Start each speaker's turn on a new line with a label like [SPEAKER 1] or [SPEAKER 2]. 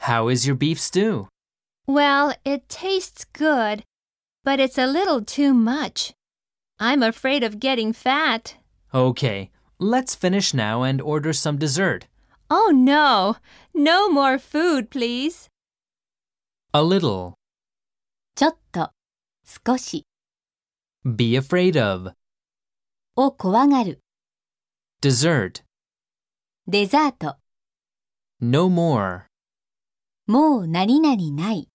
[SPEAKER 1] How is your beef stew?
[SPEAKER 2] Well, it tastes good, but it's a little too much. I'm afraid of getting fat.
[SPEAKER 1] Okay, let's finish now and order some dessert.
[SPEAKER 2] Oh no! No more food, please.
[SPEAKER 1] A little.
[SPEAKER 3] ちょっと、少し
[SPEAKER 1] Be afraid of.
[SPEAKER 3] を怖がる、
[SPEAKER 1] Dessert.
[SPEAKER 3] デザート、
[SPEAKER 1] No more.
[SPEAKER 3] もう何々ない。